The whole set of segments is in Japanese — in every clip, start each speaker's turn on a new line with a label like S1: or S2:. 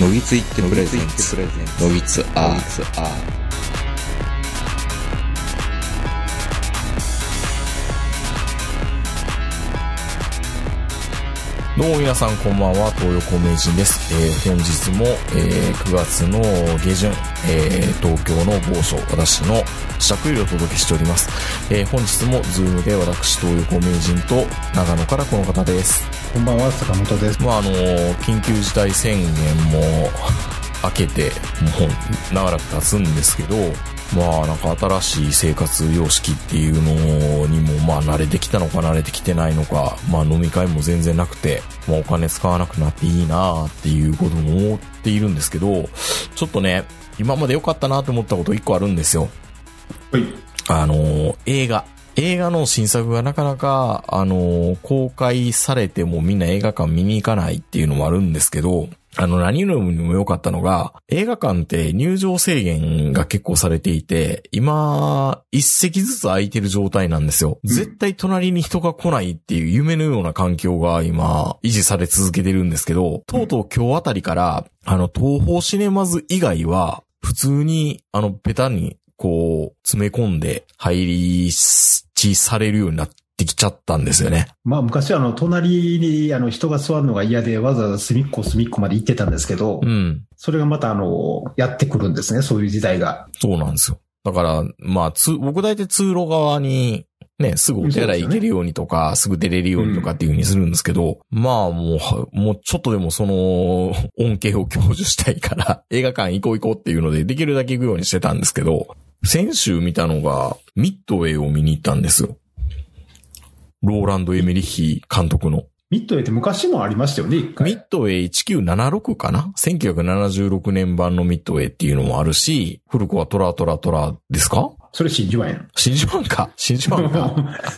S1: のぎついってプレゼンツ
S2: のぎついってプレゼンツ
S1: のぎつア
S2: のぎ
S1: ーアー
S3: どうも皆さんこんばんは、東横名人です。えー本日も、えー9月の下旬、えー東京の某所、私の試着をお届けしております。えー本日もズームで私、東横名人と長野からこの方です。
S4: こんばんは、坂本です。
S3: まああのー緊急事態宣言も 明けてもう長らく経つんですけどまあなんか新しい生活様式っていうのにもまあ慣れてきたのか慣れてきてないのかまあ飲み会も全然なくて、まあ、お金使わなくなっていいなっていうことも思っているんですけどちょっとね今まで良かったなと思ったこと1個あるんですよ
S4: はい。
S3: あの、映画。映画の新作がなかなか、あの、公開されてもみんな映画館見に行かないっていうのもあるんですけど、あの、何よりも良かったのが、映画館って入場制限が結構されていて、今、一席ずつ空いてる状態なんですよ。
S4: ん
S3: 絶対隣に人が来ないっていう夢のような環境が今、維持され続けてるんですけど、とうとう今日あたりから、あの、東方シネマズ以外は、普通に、あの、ベタに、こう、詰め込んで、入りしされるようになってきちゃったんですよね。
S4: まあ、昔、あの、隣に、あの、人が座るのが嫌で、わざわざ隅っこ隅っこまで行ってたんですけど、
S3: うん。
S4: それがまた、あの、やってくるんですね、そういう時代が。
S3: そうなんですよ。だから、まあ、つ、僕大体通路側に、ね、すぐお手洗い行けるようにとか、すぐ出れるようにとかっていう風にするんですけど、まあもうは、もうちょっとでもその、 恩恵を享受したいから、映画館行こう行こうっていうので、できるだけ行くようにしてたんですけど、先週見たのが、ミッドウェイを見に行ったんですよ。ローランド・エメリッヒ監督の。
S4: ミッドウェイって昔もありましたよね、一
S3: ミ
S4: 回
S3: ッ。ドウェイ1976かな ?1976 年版のミッドウェイっていうのもあるし、古くはトラトラトラですか
S4: それ真珠湾やん。
S3: 真珠湾か。真珠湾 か。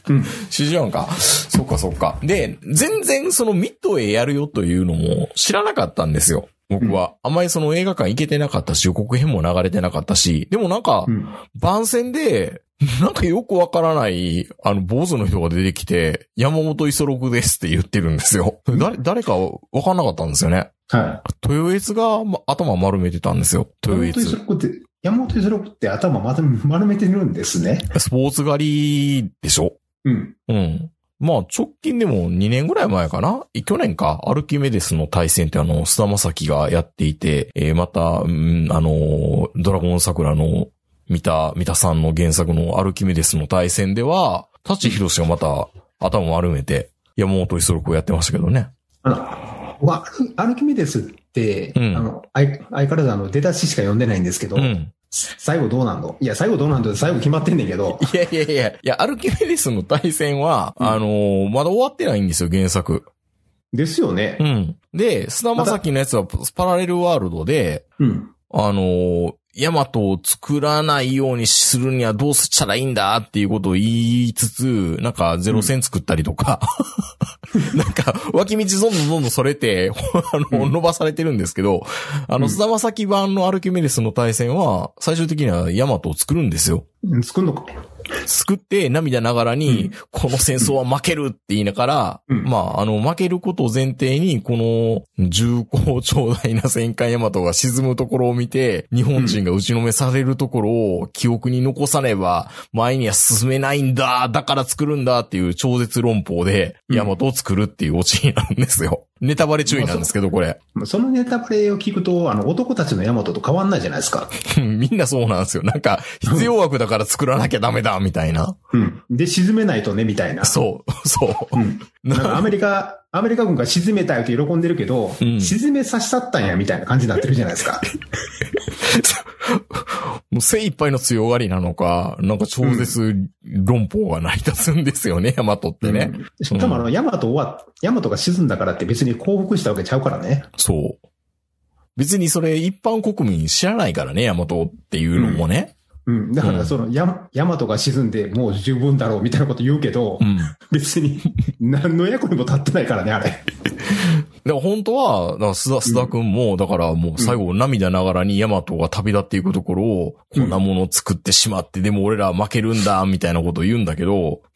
S4: うん。
S3: 真珠湾か。そっかそっか。で、全然そのミッドウェイやるよというのも知らなかったんですよ。僕は。あんまりその映画館行けてなかったし、予告編も流れてなかったし、でもなんか
S4: う、ん。
S3: 番宣で、なんかよくわからない、あの、坊主の人が出てきて、山本五十六ですって言ってるんですよ。誰、誰かわかんなかったんですよね。
S4: はい。
S3: 豊悦が、ま、頭丸めてたんですよ。豊
S4: 山本五十
S3: 悦。
S4: 六って、山本五十六って頭まとめ丸めてるんですね。
S3: スポーツ狩りでしょ
S4: うん。
S3: うん。まあ、直近でも2年ぐらい前かな去年か、アルキメデスの対戦ってあの、菅田正樹がやっていて、えーまた、うんあのー、ドラゴン桜の、三田、三田さんの原作のアルキメデスの対戦では、舘ひろしがまた頭を丸めて、山本五十六をやってましたけどね。
S4: あの、わアルキメデスって、
S3: うん
S4: あの、相相変わらずあの、出だししか読んでないんですけど、
S3: うん。
S4: 最後どうなんのいや、最後どうなんの最後決まってんねんけど、
S3: いやいやいや、いや、アルキメデスの対戦は、
S4: うん
S3: あのーまだ終わってないんですよ、原作。
S4: ですよね
S3: う。ん。で、菅田正樹のやつはパラレルワールドで、
S4: うん。
S3: あのー、ヤマトを作らないようにするにはどうしたらいいんだっていうことを言いつつ、なんかゼロ戦作ったりとか、なんか脇道どんどんどんどんそれて、あの、
S4: うん
S3: 伸ばされてるんですけど、あの、
S4: うん
S3: 菅田正樹版のアルキメデスの対戦は、最終的にはヤマトを作るんですよ。
S4: うん作んのか。
S3: 作って涙ながらに、
S4: う
S3: この戦争は負けるって言いながら、
S4: うん
S3: まあ、あの、負けることを前提に、この重厚長大な戦艦ヤマトが沈むところを見て、日本人が打ちのめされるところを記憶に残さねば、前には進めないんだ、だから作るんだっていう超絶論法で、
S4: うん
S3: ヤマトを作るっていうオチになるんですよ。ネタバレ注意なんですけど、これ。
S4: そのネタバレを聞くと、あの、男たちのヤマトと変わんないじゃないですか。
S3: みんなそうなんですよ。なんか、必要枠だから作らなきゃダメだ、みたいな。
S4: うん。で、沈めないとね、みたいな。
S3: そう、そう。
S4: うん。なんかアメリカ、アメリカ軍が沈めたよって喜んでるけど、
S3: うん
S4: 沈めさし去ったんや、みたいな感じになってるじゃないですか。
S3: もう精一杯の強がりなのか、なんか超絶論法が成り立つん ですよね、ヤマトってね。
S4: うん。しかもあの、ヤマトは、ヤマトが沈んだからって別に降伏したわけちゃうからね。
S3: そう。別にそれ一般国民知らないからね、ヤマトっていうのもね。
S4: うん。だか
S3: う
S4: ら
S3: ん
S4: その、ヤヤマトが沈んでもう十分だろう、みたいなこと言うけど
S3: う、ん。
S4: 別に、何の役にも立ってないからね、あれ。
S3: でも本当は、だから須田、須田くんも、だからもう最後涙ながらにヤマトが旅立っていくところを、
S4: うん
S3: こんなものを作ってしまって、でも俺らは負けるんだ、みたいなことを言うんだけど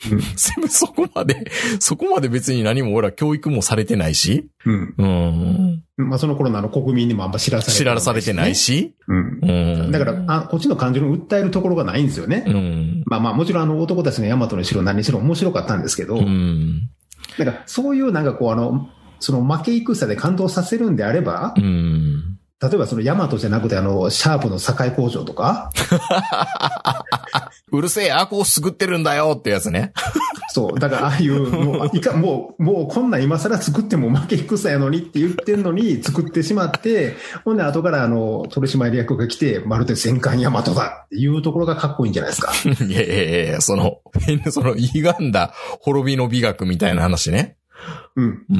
S4: う
S3: 全
S4: ん、
S3: 部 そこまで、そこまで別に何も俺ら教育もされてないし、
S4: うん。
S3: うん、
S4: まあ、その頃のあの国民にもあんま知らされてない、
S3: 知らされてない。し、
S4: うん。
S3: うん。
S4: だから、あ、こっちの感情の訴えるところがないんですよね。
S3: うん。
S4: まあまあ、もちろんあの男たちの大和の城何にしろ面白かったんですけど、
S3: うん。
S4: なんかそういうなんかこうあの、その負け戦で感動させるんであれば
S3: う、ん。
S4: 例えばその大和じゃなくてあの、シャープの堺工場とか、
S3: うるせえ、アコをすぐってるんだよってやつね。
S4: そう、だからああいう、もう、いか、もう、もうこんなん今更作っても負け戦やのにって言ってんのに作ってしまって、ほんで後からあの、取締役が来て、まるで戦艦大和だっていうところがかっこいいんじゃないですか。
S3: いやいやいやいや、その、 その、歪んだ滅びの美学みたいな話ね。
S4: うん。
S3: う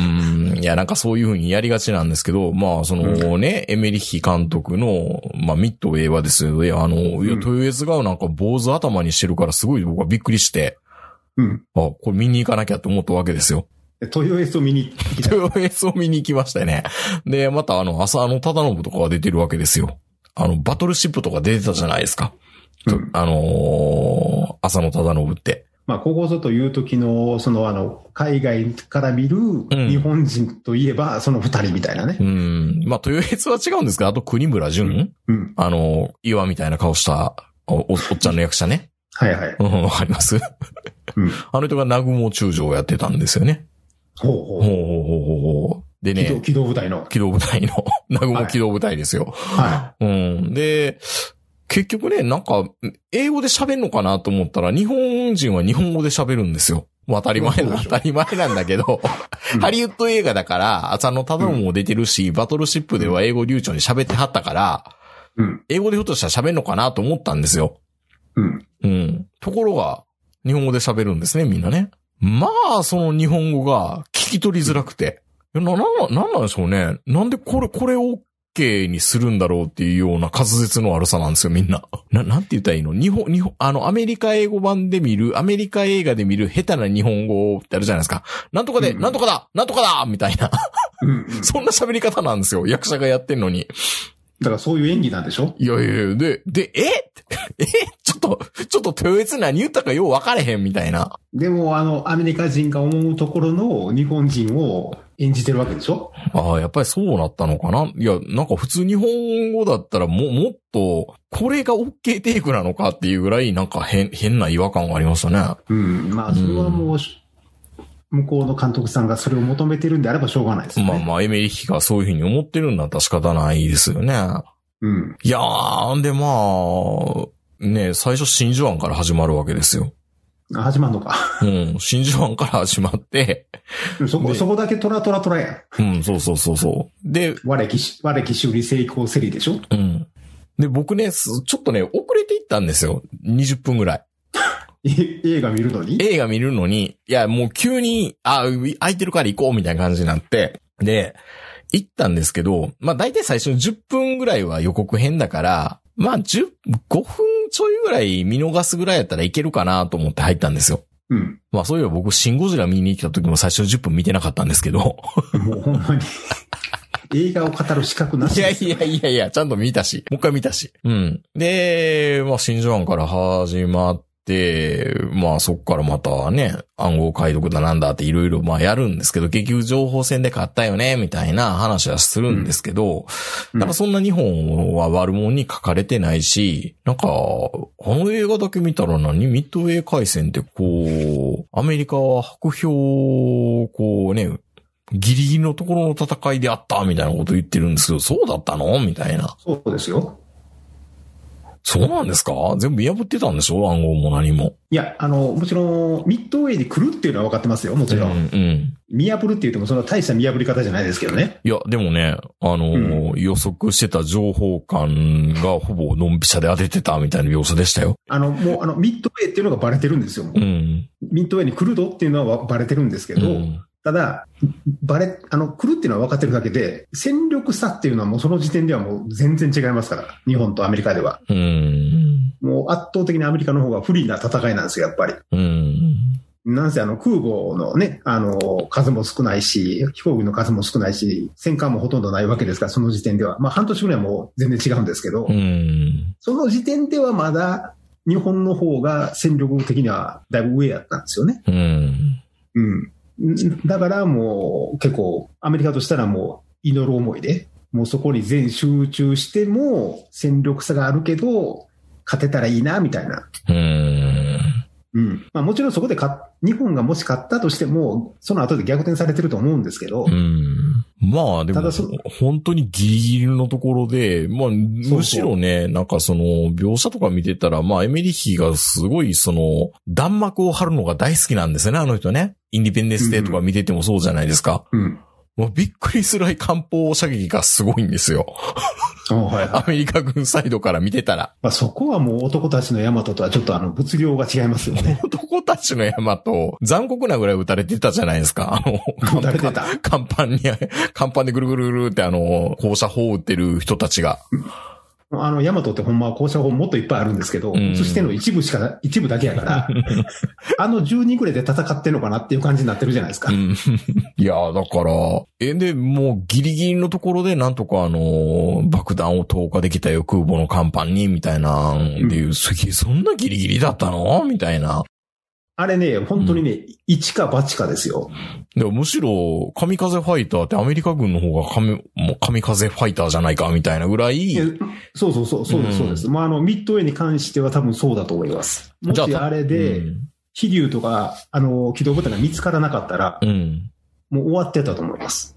S3: ん。いや、なんかそういうふうにやりがちなんですけど、まあ、そのね、エメリッヒ監督の、まあ、ミッドウェイはですよね。あの、いや、
S4: うん
S3: 豊悦がなんか坊主頭にしてるから、すごい僕はびっくりして、
S4: うん。
S3: あ、これ見に行かなきゃって思ったわけですよ。
S4: で豊洲を見に行きたい。
S3: 豊悦を見に行きましたね。 で、またあの、朝の忠信とかが出てるわけですよ。あの、バトルシップとか出てたじゃないですか。
S4: うん
S3: あのー、朝の忠信って。
S4: まあ、ここぞという時の、その、あの、海外から見る日本人といえば、その二人みたいなね
S3: う。ん。まあ、豊悦は違うんですけど、あと国村淳、
S4: うん。
S3: あの、岩みたいな顔したお、おおっちゃんの役者ね。
S4: はいはい。
S3: うん、わかります
S4: うん。
S3: あの人が南雲中将をやってたんですよね。
S4: ほう
S3: ほ
S4: ほ
S3: うほ
S4: う。
S3: うほうほうほう。で
S4: 機動
S3: ね、
S4: 機動部隊の。
S3: 機動部隊の、南
S4: は
S3: 雲
S4: い
S3: 機動部隊ですよ。
S4: は
S3: うん。で、結局ね、なんか、英語で喋るのかなと思ったら、日本人は日本語で喋るんですよ。まあ当たり前
S4: そう
S3: な、
S4: でし
S3: 当
S4: ょ
S3: たり前なんだけど、
S4: うん
S3: ハリウッド映画だから、朝のただも出てるし、バトルシップでは英語流暢に喋ってはったから、
S4: い。うん。
S3: 英語でひょっとしたら喋るのかなと思ったんですよ。
S4: うん。
S3: うん。ところが、日本語で喋るんですね、みんなね。まあ、その日本語が聞き取りづらくて。いやな、な、なんなんでしょうね。なんでこれ、これを OK にするんだろうっていうような滑舌の悪さなんですよ、みんな。 な、なんて言ったらいいの日本、日本、あの、アメリカ英語版で見る、アメリカ映画で見る下手な日本語ってあるじゃないですか。なんとかで、
S4: うん
S3: なんとかだなんとかだみたいな。
S4: うん。
S3: そんな喋り方なんですよ、役者がやってんのに。
S4: だからそういう演技なんでしょ
S3: いやいやいや、で、で、え えちょっと、ちょっと豊悦何言ったかよう分かれへんみたいな。
S4: でも、あの、アメリカ人が思うところの日本人を演じてるわけでしょ
S3: ああ、やっぱりそうなったのかないや、なんか普通日本語だったらも、もっと、これが OK テイクなのかっていうぐらい、なんか変、変な違和感がありましたね。
S4: うん。まあ、それはもう、向こうの監督さんがそれを求めてるんであればしょうがないですよね。
S3: まあまあ、エメリッヒがそういうふうに思ってるんだったら仕方ないですよね。
S4: うん。
S3: いやー、んでまあ、ね、最初真珠湾から始まるわけですよ。
S4: あ始まる のか。
S3: うん、真珠湾から始まって、
S4: そこ、
S3: ね
S4: そこだけトラトラトラやん。
S3: うん、そうそうそうそう。で、
S4: 我きし、我き修理成功セリでしょ
S3: うん。で、僕ね、すちょっとね、遅れていったんですよ。20分ぐらい。
S4: え映画見るのに
S3: 映画見るのに、いや、もう急に、あ、う空いてるから行こうみたいな感じになって。で、行ったんですけど、まあ大体最初の10分ぐらいは予告編だから、まあ10、5分ちょいぐらい見逃すぐらいやったらいけるかなと思って入ったんですよ。
S4: うん。
S3: まあそういえば僕、シンゴジラ見に来た時も最初の10分見てなかったんですけど。
S4: もうほんまに。映画を語る資格ないし
S3: や
S4: で
S3: い
S4: す。
S3: やいやいや、ちゃんと見たし、もう一回見たし。うん。で、まあ、真珠湾から始まって、まあ、そっからまたね、暗号解読だなんだっていろいろまあやるんですけど、結局情報戦で買ったよね、みたいな話はするんですけど、
S4: うん
S3: なんかそんな日本は悪者に書かれてないし、なんか、あの映画だけ見たら何ミッドウェー海戦ってこう、アメリカは白票をこうね、ギリギリのところの戦いであった、みたいなこと言ってるんですけど、そうだったのみたいな。
S4: そうですよ。
S3: そうなんですか全部破ってたんでしょ暗号も何も。
S4: いや、あの、もちろん、ミッドウェイで来るっていうのは分かってますよ、もちろん。
S3: うんうん。
S4: 見破るって言っても、そんな大した見破り方じゃないですけどね。
S3: いや、でもね、あのー予測してた情報官がほぼのんびしゃで当ててたみたいな様子でしたよ。
S4: あの、もう、あの、ミッドウェイっていうのがバレてるんですよ。
S3: うん。
S4: ミッドウェイに来るぞっていうのはバレてるんですけ
S3: う
S4: ど、
S3: ん。
S4: ただ、バレ、あの、来るっていうのは分かってるだけで、戦力差っていうのはもうその時点ではもう全然違いますから、日本とアメリカでは。
S3: うん。
S4: もう圧倒的にアメリカの方が不利な戦いなんですよ、やっぱり。
S3: うん。
S4: なんせあの空母のね、あの、数も少ないし、飛行機の数も少ないし、戦艦もほとんどないわけですから、その時点では。まあ半年ぐらいもう全然違うんですけど、
S3: うん。
S4: その時点ではまだ日本の方が戦力的にはだいぶ上やったんですよね。
S3: うん。
S4: うん。だからもう結構アメリカとしたらもう祈る思いで、もうそこに全集中しても戦力差があるけど、勝てたらいいな、みたいな。
S3: うん。
S4: うん。まあもちろんそこで勝っ日本がもし勝ったとしても、その後で逆転されてると思うんですけど、
S3: うん。まあでも
S4: ただそ、
S3: 本当にギリギリのところで、まあ、むしろね、なんかその、描写とか見てたら、まあ、エメリヒがすごい、その、弾幕を張るのが大好きなんですよね、あの人ね。インディペンデンスデーとか見ててもそうじゃないですか。
S4: うん。
S3: もうびっくりするぐらい艦砲射撃がすごいんですよ。
S4: あはいはい
S3: アメリカ軍サイドから見てたら。
S4: まあ、そこはもう男たちのヤマトとはちょっとあの物量が違いますよ ね。
S3: 男たちの山と残酷なぐらい撃たれてたじゃないですか。あの、
S4: 撃たれてた
S3: 甲板に、甲板でぐるぐるぐるってあの、放射砲撃ってる人たちが。
S4: あの、ヤマトってほんまは校舎法もっといっぱいあるんですけど、
S3: うん
S4: 映してるの一部しか、一部だけや から、あの10人ぐらいで戦ってるのかなっていう感じになってるじゃないですか。
S3: うん。 いや、だから、え、で、もうギリギリのところでなんとかあの、爆弾を投下できたよ、空母の甲板に、みたいなんで、すげえ、そんなギリギリだったのみたいな。
S4: あれね、本当にね、一か八かですよ。
S3: でもむしろ、神風ファイターってアメリカ軍の方が神、もう神風ファイターじゃないか、みたいなぐらい
S4: いや、そうそうそう、そうです、そうです。まあ、あの、ミッドウェイに関しては多分そうだと思います。も
S3: じ
S4: し
S3: ゃあ
S4: あれ
S3: う
S4: で、
S3: ん
S4: 飛竜とか、あの、機動部隊が見つからなかったら、
S3: うん。
S4: もう終わってたと思います。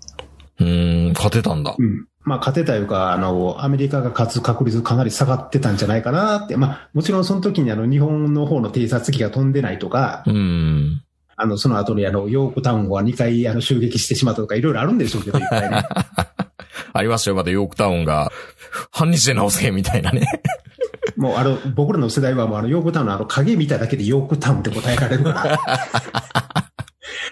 S3: うーん、勝てたんだ。
S4: うん。まあ、勝てたいうか、あの、アメリカが勝つ確率かなり下がってたんじゃないかなって。まあ、もちろんその時にあの、日本の方の偵察機が飛んでないとか、
S3: うん。
S4: あの、その後にあの、ヨークタウンは2回あの襲撃してしまったとか、いろいろあるんでしょうけど、いっぱいね。
S3: ありましたよ、またヨークタウンが、半日で直せ、みたいなね。
S4: もうあの、僕らの世代はもうあの、ヨークタウンのあの、影見ただけでヨークタウンって答えられるから。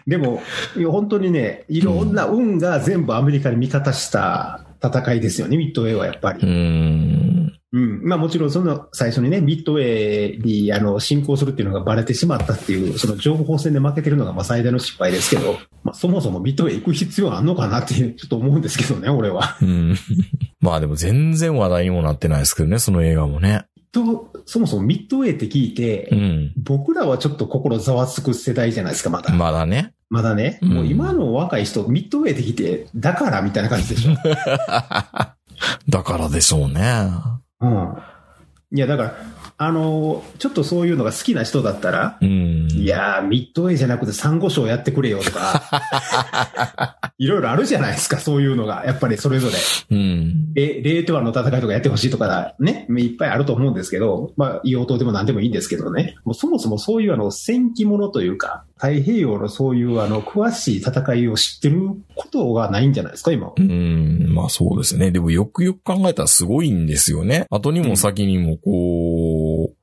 S4: でも、いや本当にね、いろんな運が全部アメリカに味方した戦いですよね、ミッドウェイはやっぱ
S3: う
S4: り。
S3: ん。
S4: うん。まあもちろんその最初にね、ミッドウェイにあの、進行するっていうのがバレてしまったっていう、その情報戦で負けてるのがまあ最大の失敗ですけど、まあそもそもミッドウェイ行く必要あんのかなっていう、ちょっと思うんですけどね、俺は。
S3: うん。 まあでも全然話題にもなってないですけどね、その映画もね。
S4: と、そもそもミッドウェイって聞いて、
S3: うん。
S4: 僕らはちょっと心ざわつく世代じゃないですか、まだ。
S3: まだね。
S4: まだね。
S3: うん
S4: もう今の若い人、ミッドウェイって聞いて、だからみたいな感じでしょ。
S3: だからでしょうね。
S4: うん。いや、だから、あのーちょっとそういうのが好きな人だったら、
S3: うん。
S4: い。やー、ミッドウェイじゃなくてサンゴ礁やってくれよとか、 いろいろあるじゃないですか、そういうのが。やっぱりそれぞれ。
S3: うん。
S4: レレートワの戦いとかやってほしいとかね、いっぱいあると思うんですけど、まあ、硫黄島でも何でもいいんですけどね、もうそもそもそういうあの、戦記ものというか、太平洋のそういうあの、詳しい戦いを知ってることがないんじゃないですか、今は
S3: う。ん。まあそうですね。でもよくよく考えたらすごいんですよね。後にも先にもこう、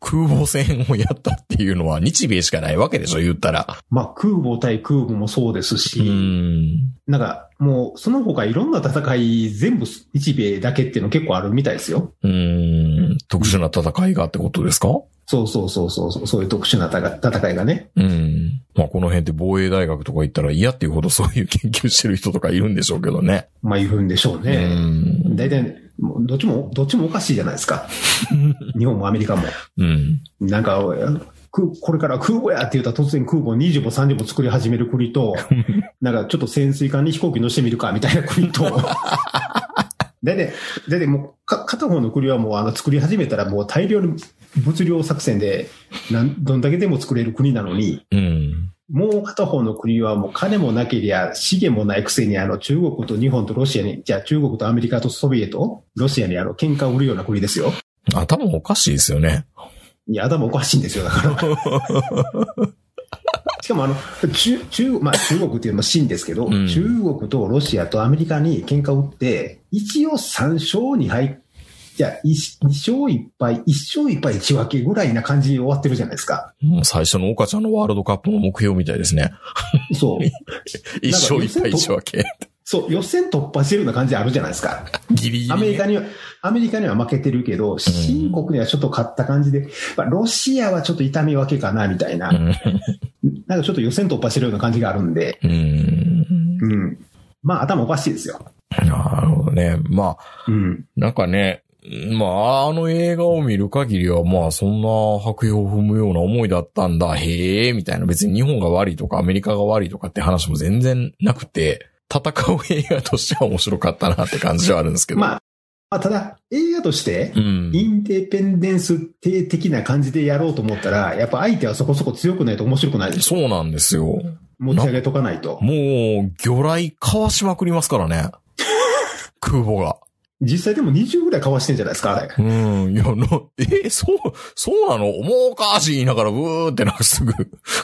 S3: 空母戦をやったっていうのは日米しかないわけでしょ、言ったら。
S4: まあ、空母対空母もそうです
S3: う
S4: し、
S3: ん。
S4: なんか、もう、その他いろんな戦い、全部日米だけっていうの結構あるみたいですよ。
S3: うーん、特殊な戦いがってことですか
S4: そうそうそうそうそう、そういう特殊な戦いがね。
S3: うん。まあ、この辺って防衛大学とか行ったら嫌っていうほどそういう研究してる人とかいるんでしょうけどね。
S4: まあ、いるんでしょう
S3: う
S4: ね。
S3: ん。
S4: 大体、もうどっちも、どっちもおかしいじゃないで すか。日本もアメリカも。
S3: うん。
S4: なんか、くこれから空母やって言ったら突然空母20も30も作り始める国と、なんかちょっと潜水艦に飛行機乗してみるかみたいな国と、だいたい、だいたいもうか片方の国はもうあの作り始めたらもう大量の物量作戦でなんどんだけでも作れる国なのに、
S3: うん。
S4: もう片方の国はもう金もなけりゃ資源もないくせにあの中国と日本とロシアに、じゃあ中国とアメリカとソビエト、ロシアにあの喧嘩を売るような国ですよ。
S3: 頭おかしいですよね。
S4: いや、頭おかしいんですよ、だから。 しかもあの、中、中、まあ中国っていうのも真ですけど、
S3: うん
S4: 中国とロシアとアメリカに喧嘩を打って、一応3勝2敗、じゃあ2勝1敗、1勝1敗1分けぐらいな感じで終わってるじゃないですか。
S3: もう最初の岡 ちゃんのワールドカップの目標みたいですね。
S4: そう。
S3: 一勝一敗一分け。
S4: そう、予選突破してるような感じあるじゃないですか。
S3: ギリギリね。
S4: アメリカには、アメリカには負けてるけど、新国にはちょっと勝った感じで、まあ、ロシアはちょっと痛み分けかな、みたいな。なんかちょっと予選突破してるような感じがあるんで、
S3: うん。うん。
S4: うん。まあ頭おかしいですよ。
S3: なるほどね。まあ、
S4: うん。
S3: なんかね、まあ、あの映画を見る限りは、まあ、そんな白票を踏むような思いだったんだ、へえ、みたいな。別に日本が悪いとか、アメリカが悪いとかって話も全然なくて、戦う映画としては面白かったなって感じはあるんですけど。
S4: まあ、まあ、ただ、映画として
S3: う、ん。
S4: インデペンデンス帝的な感じでやろうと思ったら、やっぱ相手はそこそこ強くないと面白くないでしょ。
S3: そうなんですよ。も
S4: 持ち上げとかないと。
S3: う、魚雷かわしまくりますから ね。空母が。
S4: 実際でも20ぐらいかわしてんじゃないですか、あれ。
S3: うん。いや、な、え、そう、そうなのもうかーし言いながら、うーってなんかすぐ、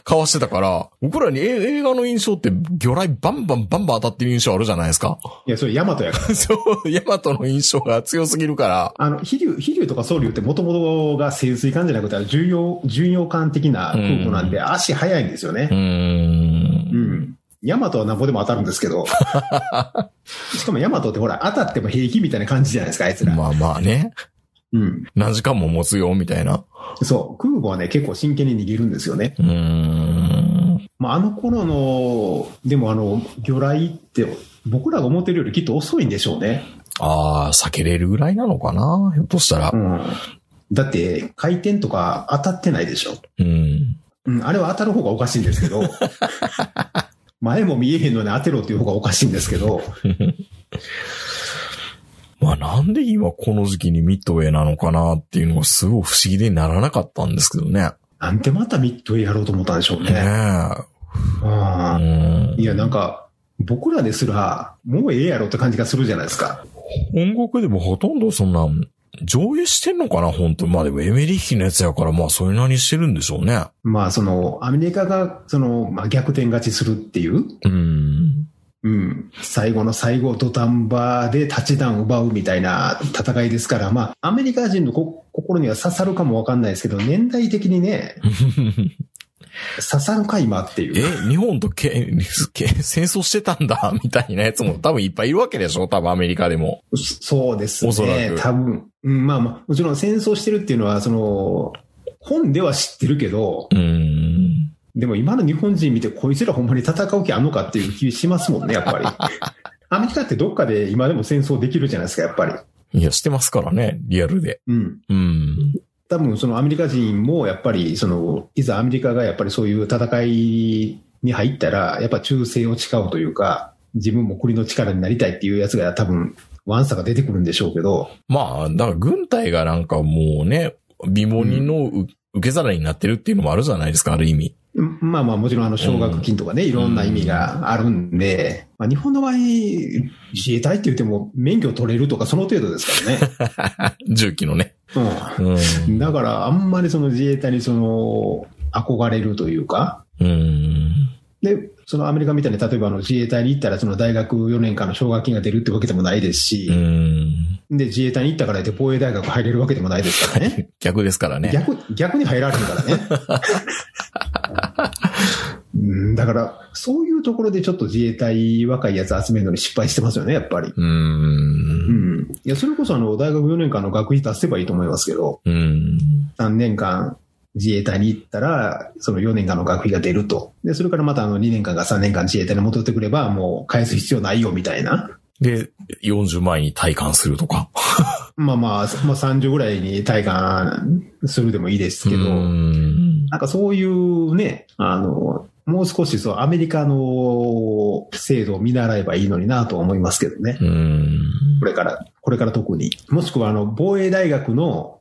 S3: かわしてたから、僕らにえ映画の印象って、魚雷バンバンバンバン当たってる印象あるじゃないですか。
S4: いや、それヤマトやから。
S3: そう、ヤマトの印象が強すぎるから。
S4: あの、飛竜、飛竜とか総竜って元々が潜水艦じゃなくて、あの巡洋、巡洋艦的な空母なんで、足速いんですよ
S3: う
S4: ね。
S3: ー。
S4: うんん。ヤマトはなんぼでも当たるんですけど。しかもヤマトってほら、当たっても平気みたいな感じじゃないですか、あいつら。
S3: まあまあね。
S4: うん。
S3: 何時間も持つよ、みたいな。
S4: そう。空母はね、結構真剣に逃げるんですよね。
S3: うーん。
S4: まあ、あの頃の、でもあの、魚雷って、僕らが思ってるよりきっと遅いんでしょうね。
S3: ああ、避けれるぐらいなのかなひょっとしたら
S4: う。ん。だって、回転とか当たってないでしょ。
S3: うん。
S4: うん、あれは当たる方がおかしいんですけど、前も見えへんのに当てろっていう方がおかしいんですけど、
S3: まあなんで今この時期にミッドウェイなのかなっていうのがすごい不思議でならなかったんですけどね。
S4: なんでまたミッドウェイやろうと思ったんでしょう
S3: ね
S4: ね。
S3: え。う
S4: うんん、いや、なんか、僕らですら、もうええやろって感じがするじゃないですか。
S3: 本国でもほとんどそんな、上映してんのかな本当まあでもエメリッヒのやつやから、まあそれなりにしてるんでしょうね。
S4: まあ、その、アメリカが、その、まあ、逆転勝ちするっていう、
S3: うん。
S4: うん、最後の最後、土壇場で立ち弾奪うみたいな戦いですから、まあ、アメリカ人のこ心には刺さるかもわかんないですけど、年代的にね、刺さるか今っていう。
S3: え、日本とけけ戦争してたんだ、 みたいなやつも多分いっぱいいるわけでしょ多分アメリカでも。
S4: そそうですね。
S3: おそらく
S4: 多分。うん、まあまあ、もちろん戦争してるっていうのは、その、本では知ってるけど、
S3: うん。
S4: でも今の日本人見て、こいつらほんまに戦う気あんのかっていう気しますもんね、や っぱり。アメリカってどっかで今でも戦争できるじゃないですか、やっぱり。
S3: いや、してますからね、リアルで。
S4: うん。
S3: うん。
S4: 多分そのアメリカ人もやっぱり、その、いざアメリカがやっぱりそういう戦いに入ったら、やっぱ忠誠を誓うというか、自分も国の力になりたいっていうやつが多分、ワンサが出てくるんでしょうけど、
S3: まあ、だから軍隊がなんかもうね、貧乏人のう受け皿になってるっていうのもあるじゃないですか、ある意味。
S4: うんまあまあもちろんあの奨学金とかね、いろんな意味があるんで、まあ、日本の場合、自衛隊って言っても免許取れるとかその程度ですから
S3: 銃器のね。
S4: ね。
S3: うん。
S4: うん、だからあんまりその自衛隊にその憧れるというか、
S3: うん。
S4: で、そのアメリカみたいに例えばあの自衛隊に行ったらその大学4年間の奨学金が出るってわけでもないです
S3: う
S4: し、
S3: ん。
S4: で、自衛隊に行ったからで防衛大学入れるわけでもないですからね。
S3: 逆ですから ね。
S4: 逆、逆に入られるからね。うんだから、そういうところでちょっと自衛隊若いやつ集めるのに失敗してますよね、やっぱり。
S3: う。
S4: うんん。いや、それこそあの、大学4年間の学費出せばいいと思いますけど、
S3: うん。
S4: 3年間自衛隊に行ったら、その4年間の学費が出ると。で、それからまたあの、2年間か3年間自衛隊に戻ってくれば、もう返す必要ないよ、みたいな。
S3: で、40万円に体感するとか。
S4: まあまあ、まあ30ぐらいに退官するでもいいですけど、
S3: うん。
S4: なんかそういうね、あの、もう少しそう、アメリカの制度を見習えばいいのになとは思いますけどね。
S3: うん。
S4: これから、これから特に。もしくは、あの、防衛大学の、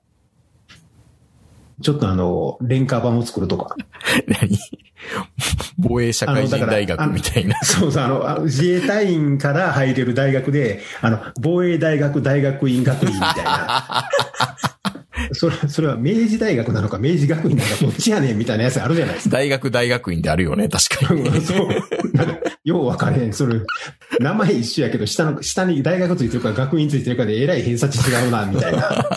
S4: ちょっとあの、廉価版を作るとか。
S3: 何 防衛社会人大
S4: あ
S3: 学
S4: の
S3: み
S4: だ
S3: たいな。
S4: そうそう、あの、あの自衛隊員から入れる大学で、あの、防衛大学大学院学院みたいな。 それ、それは明治大学なのか明治学院なのかどっちやねんみたいなやつあるじゃないですか
S3: 大学大学院であるよね、確 かに。
S4: そう。なんかよう分かれへん。それ、名前一緒やけど、下の、下に大学ついてるか学院ついてるかで、えらい偏差値違うな、みたいな。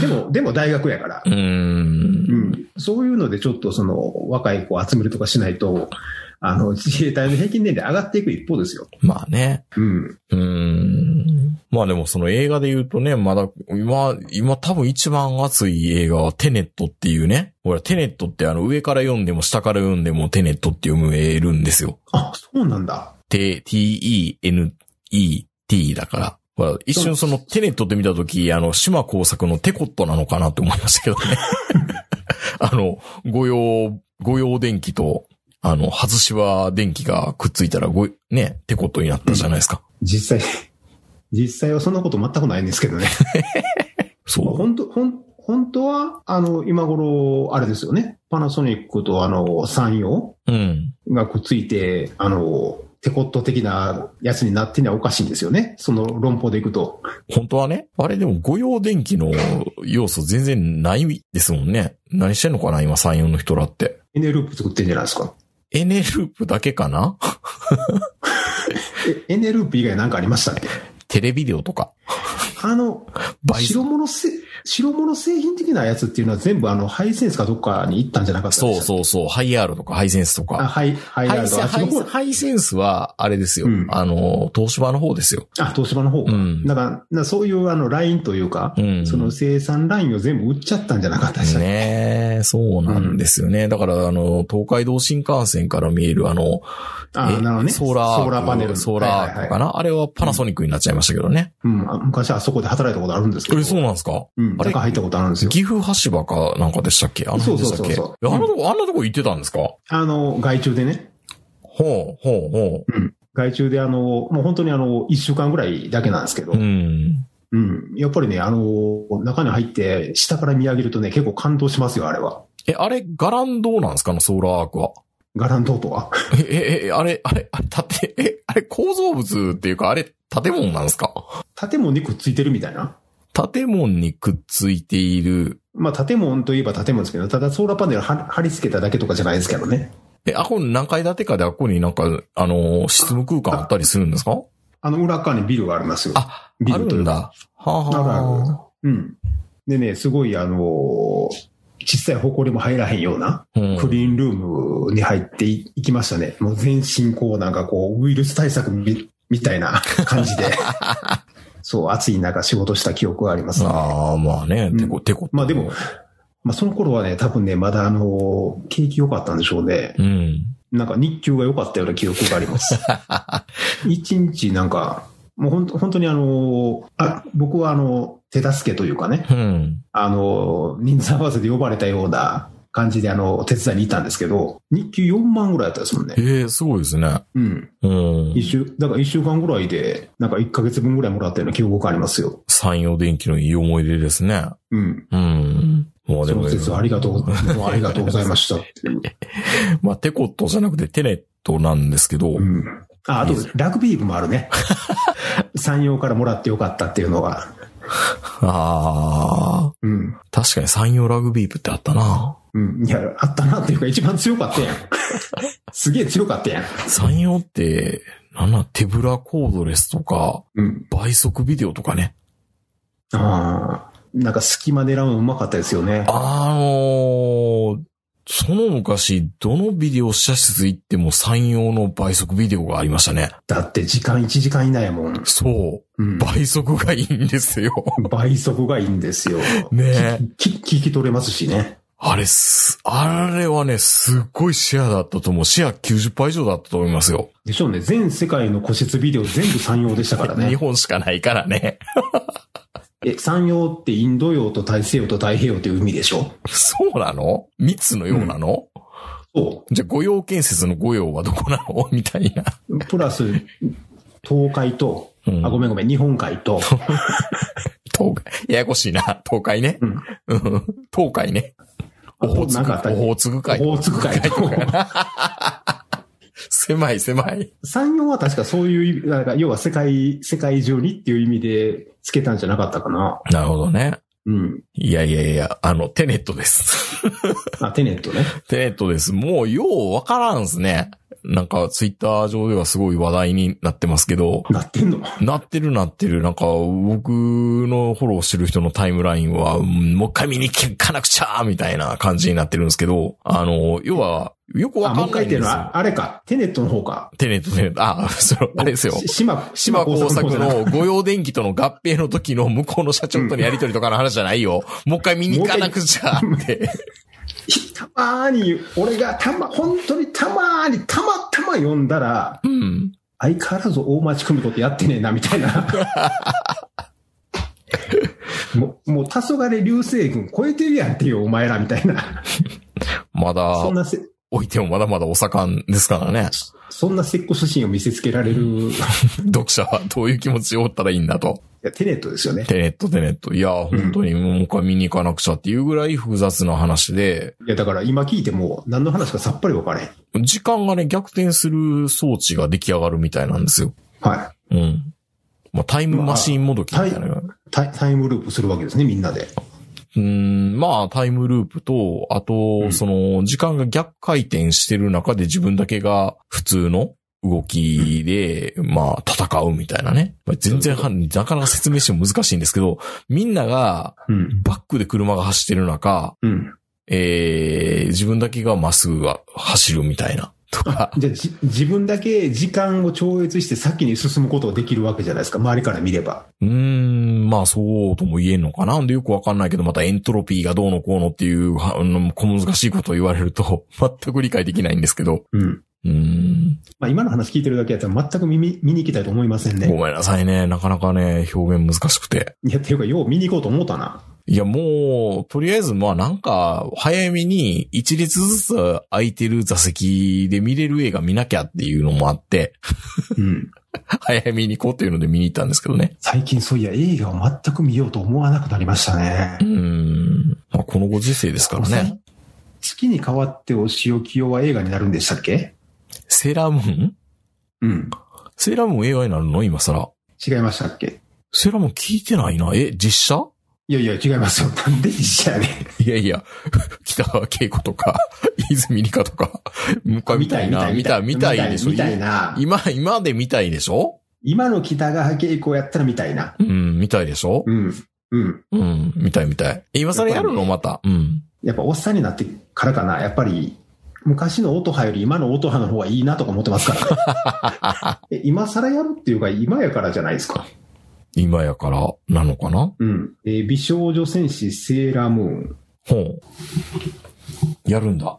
S4: でも、でも大学やから。
S3: うん
S4: う。ん。そういうので、ちょっとその、若い子を集めるとかしないと、あの、自衛隊の平均年齢上がっていく一方ですよ。
S3: まあね。
S4: うん。
S3: うーん。まあでもその映画で言うとね、まだ、今、今多分一番熱い映画はテネットっていうね。ほら、テネットってあの上から読んでも下から読んでもテネットって読めるんですよ。
S4: あ、そうなんだ。
S3: て、t-e-n-e-t だから。ほら一瞬そのテネットって見たとき、あの、島工作のテコットなのかなって思いましたけどね。 あの、御用、御用電気と、あの、外しは電気がくっついたら、ご、ね、テコットになったじゃないですか。
S4: 実際、 実際はそんなこと全くないんです けどね。
S3: そう。
S4: 本当、ほん、本当は、あの、今頃、あれですよね。パナソニックとあの、山陽
S3: うん。
S4: がくっついて、あの、テコット的なやつになってにはおかしいんですよね。その論法でいくと。
S3: 本当はね、あれでも御用電気の要素全然ないですもんね。何してんのかな今3、4の人らって。
S4: エネループ作ってんじゃないですか。
S3: エネループだけかな
S4: え、エネループ以外なんかありましたっけ
S3: テレビデオとか。
S4: あの、
S3: 倍
S4: 白物せ、白物製品的なやつっていうのは全部あの、ハイセンスかどっかに行ったんじゃなかった
S3: そう
S4: う。
S3: そうそう。ハイアールとかハイセンスと
S4: あ、
S3: か。
S4: ハイ、ハイ
S3: ハ
S4: ラ
S3: イ
S4: ン
S3: セ
S4: ド。
S3: ン
S4: あっちの方
S3: ハイセンスは、あれですよ。
S4: うん
S3: あの、東芝の方ですよ。
S4: あ、東芝の方か。
S3: うん
S4: だから、なそういうあの、ラインというか、
S3: うん
S4: その生産ラインを全部売っちゃったんじゃなかったでしたっけ
S3: ねえ、そうなんですよね。だから、あの、東海道新幹線から見える、あの、
S4: あ
S3: え
S4: なるほどね。
S3: ソーラー、
S4: ソーラーパネル。
S3: ソーラー
S4: はいはい
S3: か
S4: はい
S3: なあれはパナソニックになっちゃいましたけどね。
S4: うんあ昔あそこで働いたことあるんですけど。
S3: え、そうなんですか
S4: うん。
S3: あれ
S4: 中入ったことあるんですよ。
S3: 岐阜橋場かなんかでしたっけあの辺でしたっけ
S4: そうそうそう
S3: い
S4: そう
S3: やあんなとこ、あんなとこ行ってたんですか
S4: あの、外注でね。
S3: ほう、ほう、ほ
S4: 外注であの、もう本当にあの、一週間ぐらいだけなんですけど。
S3: う。うん。
S4: うん。やっぱりね、あの、中に入って、下から見上げるとね、結構感動しますよ、あれは。
S3: え、あれ、ガランドなんですかあのソーラーアークは。
S4: ガランドートは。
S3: え、え、え、あれ、あれ、あれ、建て、え、あれ構造物っていうか、あれ、建物なんですか
S4: 建物にくっついてるみたいな。
S3: 建物にくっついている。
S4: まあ、建物といえば建物ですけど、ただソーラーパネルは貼り付けただけとかじゃないですけどね。
S3: え、あ、これ何階建てかで、あ、ここになんか、あのー、執務空間あったりするんですか
S4: あの、裏側にビルがありますよ。
S3: あ、
S4: ビ
S3: あ
S4: ル
S3: る
S4: とい
S3: ん
S4: うか
S3: だ。はあ、
S4: ある
S3: は
S4: うん。でね、すごいあの小さい埃も入らへんような
S3: あ、うん
S4: クリーンルームに入っていいきましたね。もう全身こうなんかこうウイルス対策みみたいな感じで。 そう、暑い中仕事した記憶があります、
S3: ああ、まあね、てこ、てこ。
S4: まあでも、まあその頃はね、多分ね、まだあの景気良かったんでしょうね。
S3: うん。
S4: なんか日給が良かったような記憶があり ます。一日なんか、もう本当本当にあのあ、僕はあの、手助けというかね、
S3: うん。
S4: あの、人数合わせで呼ばれたような感じで、あの、手伝いに行ったんですけど、日給4万ぐらいだったですもんね。
S3: ええ、すごいですね。
S4: うん。
S3: うん
S4: 一。週、だから一週間ぐらいで、なんか1ヶ月分ぐらいもらったような記憶がありますよ。
S3: 山陽電機のいい思い出ですね。
S4: うん。
S3: うん。もうで
S4: そ
S3: も
S4: の、説はありがとう、もうありがとうございましたっ ていう。
S3: まあ、テコットじゃなくてテネットなんですけど、
S4: うん。あ、あ
S3: いい
S4: と
S3: です、
S4: ラグビー部もあ るね。山陽からもらってよかったっていうのが。
S3: ああ、
S4: うん。
S3: 確かに山陽ラグビー部ってあったな。
S4: うん。いや、あったなっていうか、一番強かっ たやん。すげえ強かったやん。
S3: 山陽って、なんなん、手ぶらコードレスとか、
S4: うん。
S3: 倍速ビデオとかね。
S4: ああ。なんか隙間狙うのうまかったですよね。
S3: あのーその昔、どのビデオ試写室行っても山陽の倍速ビデオがありましたね。
S4: だって時間1時間以内やもん。
S3: そうう。
S4: ん、
S3: 倍速がいいんですよ。
S4: 倍速がいいんですよ。
S3: ねえ。
S4: き聞き取れますしね。
S3: あれす、あれはね、すっごいシェアだったと思う。シェア90%以上だったと思いますよ。
S4: でしょうね。全世界の個室ビデオ全部山陽でしたから
S3: 日
S4: ね。
S3: 本しかないからね。
S4: え、山陽ってインド洋と大西洋と太平洋という海でしょ
S3: そうなの密のようなの、
S4: そ
S3: じゃあ、御用建設の御用はどこなのみたいな。
S4: う。プラス、東海と、
S3: うん
S4: あ、ごめんごめん、日本海と、
S3: 東海、ややこしいな。東海ね。
S4: うん
S3: うん東海ね。オホーツ
S4: なん
S3: ク、
S4: かあった
S3: オホーツク海。
S4: 大津海と。
S3: 狭い狭い。
S4: 山陽は確かそういう意味、なんか要は世界、世界中にっていう意味でつけたんじゃなかったかな。
S3: なるほどね。
S4: うん。
S3: いやいやいや、あの、テネットです。
S4: あ、テネットね。
S3: テネットです。もう、ようわからんすね。なんかツイッター上ではすごい話題になってますけど、
S4: なってんの
S3: なってるなってる。なんか、僕のフォローしてる人のタイムラインは、うんもう一回見に行かなくちゃーみたいな感じになってるんですけど、あの、要は、よくわ
S4: あ、
S3: か
S4: もうん一
S3: な
S4: 回
S3: い
S4: っ
S3: ん
S4: てい
S3: で
S4: う
S3: す
S4: の
S3: よ。
S4: は、あれか、テネットの方か。
S3: テネット、テネット、あ、その、あれですよ。
S4: し島、
S3: 島
S4: 島工
S3: 工
S4: 作
S3: 作
S4: の方じゃない
S3: の御用電機との合併の時の向こうの社長とのやりとりとかの話じゃないよ。もう一回見に行かなくちゃって。
S4: たまーに、俺がたま、本当にたまーに、たまたま読んだら、
S3: うん。
S4: 相変わらず大町組子ってやってねえな、みた いな。もう、もう、黄昏流星群超えてるやんっていう、お前ら、みたいな。
S3: まだ
S4: そん、なせ、
S3: 置いてもまだまだお盛んですからね。
S4: そんなセックスシーンを見せつけられる、い
S3: 読者はどういう気持ちを持ったらいいんだと。
S4: やテネットですよね。
S3: テネット、テネット。いや、本当にもう一回見に行かなくちゃっていうぐらい複雑な話で、
S4: いや、だから今聞いても、何の話かさっぱり分からへん。
S3: 時間がね、逆転する装置が出来上がるみたいなんですよ。
S4: は
S3: うん。まあ、タイムマシンもどきみたいな。
S4: い。タイタイムループするわけですね、みんなで。
S3: うん、まあ、タイムループと、あと、
S4: ん
S3: その、時間が逆回転してる中で自分だけが普通の動きで、まあ、戦うみたいなね。まあ全然は、なかなか説明しても難しいんですけど、みんなが
S4: うん。
S3: バックで車が走ってる中、
S4: うん。
S3: えー、自分だけがまっすぐが走るみたいな、とか。
S4: じゃあ、じ自分だけ時間を超越して先に進むことができるわけじゃないですか、周りから見れば。
S3: うーん、まあそうとも言えんのかな。でよくわかんないけど、またエントロピーがどうのこうのっていう、はあの小難しいことを言われると、 全く理解できないんですけど。
S4: うん。
S3: うーん、
S4: まあ、今の話聞いてるだけやったら全く見に見に行きたいと思いません
S3: ご
S4: ね。
S3: めんなさいね。なかなかね、表現難しくて。
S4: いや、っていうか、よう見に行こうと思ったな。
S3: いや、もう、とりあえず、まあなんか、早めに一列ずつ空いてる座席で見れる映画見なきゃっていうのもあって、
S4: うん。
S3: 早めに行こうというので見に行ったんですけどね。
S4: 最近そういや、映画を全く見ようと思わなくなりましたね
S3: う。ーん。まあ、このご時世ですからね。。
S4: 月に代わってお仕置き用は映画になるんでしたっけ
S3: セーラームーン
S4: うん。
S3: セーラームーン映画になるの今更。
S4: 違いましたっけ
S3: セーラームーン聞いてないな。え、実写
S4: いやいや、違いますよ。なんで一緒やねん。
S3: いやいや、北川景子とか、泉里香とか、向かいみたいな。見た、見たいでしょ
S4: 見たいな。
S3: 今、今で見たいでしょ
S4: 今の北川景子やったら見たいな。
S3: うん、見たいでしょ
S4: うん。うん。
S3: うん、見たい見たい。今更やるのまた。うん。
S4: やっぱおっさんになってからかな。やっぱり、昔の音派より今の音派の方がいいなとか思ってますから、 ね、え今更やるっていうか、今やからじゃないですか。
S3: 今やから、なのかな
S4: うん。えー美少女戦士セーラームーン。
S3: ほう。やるんだ。